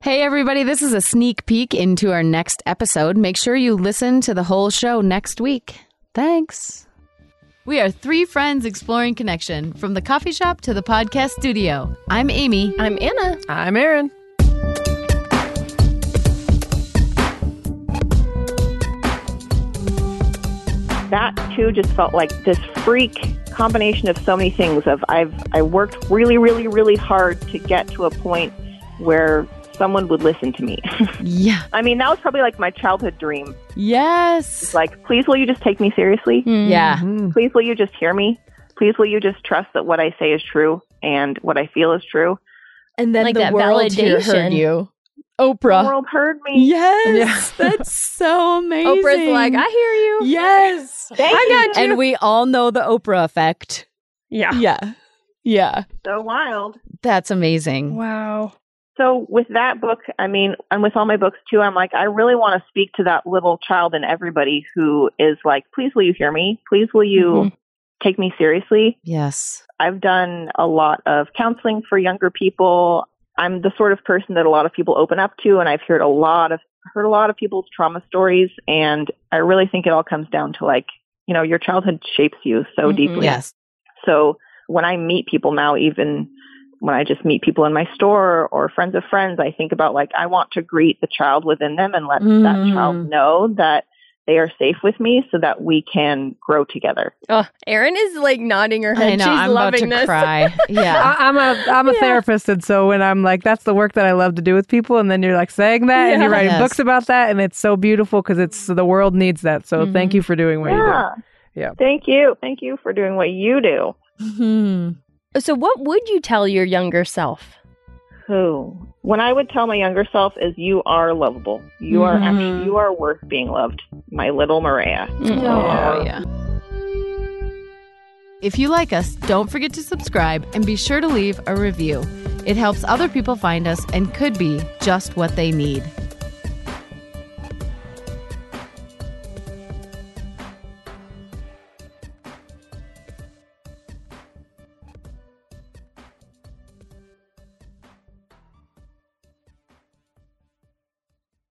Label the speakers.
Speaker 1: Hey, everybody, this is a sneak peek into our next episode. Make sure you listen to the whole show next week. Thanks. We are three friends exploring connection from the coffee shop to the podcast studio. I'm Amy.
Speaker 2: I'm Anna.
Speaker 3: I'm Aaron.
Speaker 4: that too just felt like this freak combination of so many things of I've I worked really really really hard to get to a point where someone would listen to me.
Speaker 1: Yeah.
Speaker 4: I mean, that was probably like my childhood dream.
Speaker 1: Yes. Mm-hmm.
Speaker 4: Like, please will you just take me seriously?
Speaker 2: Hmm.
Speaker 1: Yeah.
Speaker 4: Please will you just hear me? Please will you just trust that what I say is true and what I feel is true?
Speaker 2: And then
Speaker 3: Like
Speaker 2: the
Speaker 3: that
Speaker 2: world here heard
Speaker 3: validation.
Speaker 2: you.
Speaker 4: The
Speaker 3: Oprah.
Speaker 4: world heard me.
Speaker 1: Yes. That's so amazing.
Speaker 2: Oprah's like, I hear you.
Speaker 1: Yes.
Speaker 4: Thank
Speaker 2: I
Speaker 4: you.
Speaker 2: got you. Ah.
Speaker 1: And we all know the Oprah effect.
Speaker 3: Yeah.
Speaker 1: Yeah. Yeah.
Speaker 4: So wild.
Speaker 1: That's amazing.
Speaker 3: Wow.
Speaker 4: So with that book, I mean, and with all my books too, I'm like, I really want to speak to that little child in everybody who is like, please will you hear me? Please will you take me seriously?
Speaker 1: Yes.
Speaker 4: I've done a lot of counseling for younger people. I'm the sort of person that a lot of people open up to, and I've heard a lot of heard a lot of people's trauma stories, and I really think it all comes down to like, you know, your childhood shapes you so
Speaker 2: Mhm.
Speaker 4: deeply.
Speaker 1: Yes.
Speaker 4: So when I meet people now, even when I just meet people in my store or friends of friends, I think about like I want to greet the child within them and let that
Speaker 3: Mm.
Speaker 4: child know that they are safe with me, so that we can grow together.
Speaker 2: Oh, Erin is like nodding her head.
Speaker 1: I know.
Speaker 2: She's
Speaker 1: I'm about
Speaker 2: loving
Speaker 1: to
Speaker 2: this.
Speaker 1: cry. Yeah.
Speaker 3: I, I'm a I'm a
Speaker 2: Yeah.
Speaker 3: therapist, and so when I'm like, that's the work that I love to do with people, and then you're like saying that, and you're
Speaker 1: Yeah.
Speaker 3: writing
Speaker 1: Yes.
Speaker 3: books about that, and it's so beautiful because it's the world needs that. So thank
Speaker 1: Mm-hmm.
Speaker 3: you for doing what you Yeah.
Speaker 4: Thank you. Thank you for doing what you do.
Speaker 1: Hmm.
Speaker 2: So, what would you tell your younger self?
Speaker 4: Who? When I would tell my younger self is you are lovable.
Speaker 3: Mm-hmm.
Speaker 4: You are actually you are worth being loved, my little Maria.
Speaker 3: Hmm.
Speaker 1: Oh, yeah. If you like us, don't forget to subscribe and be sure to leave a review. It helps other people find us and could be just what they need.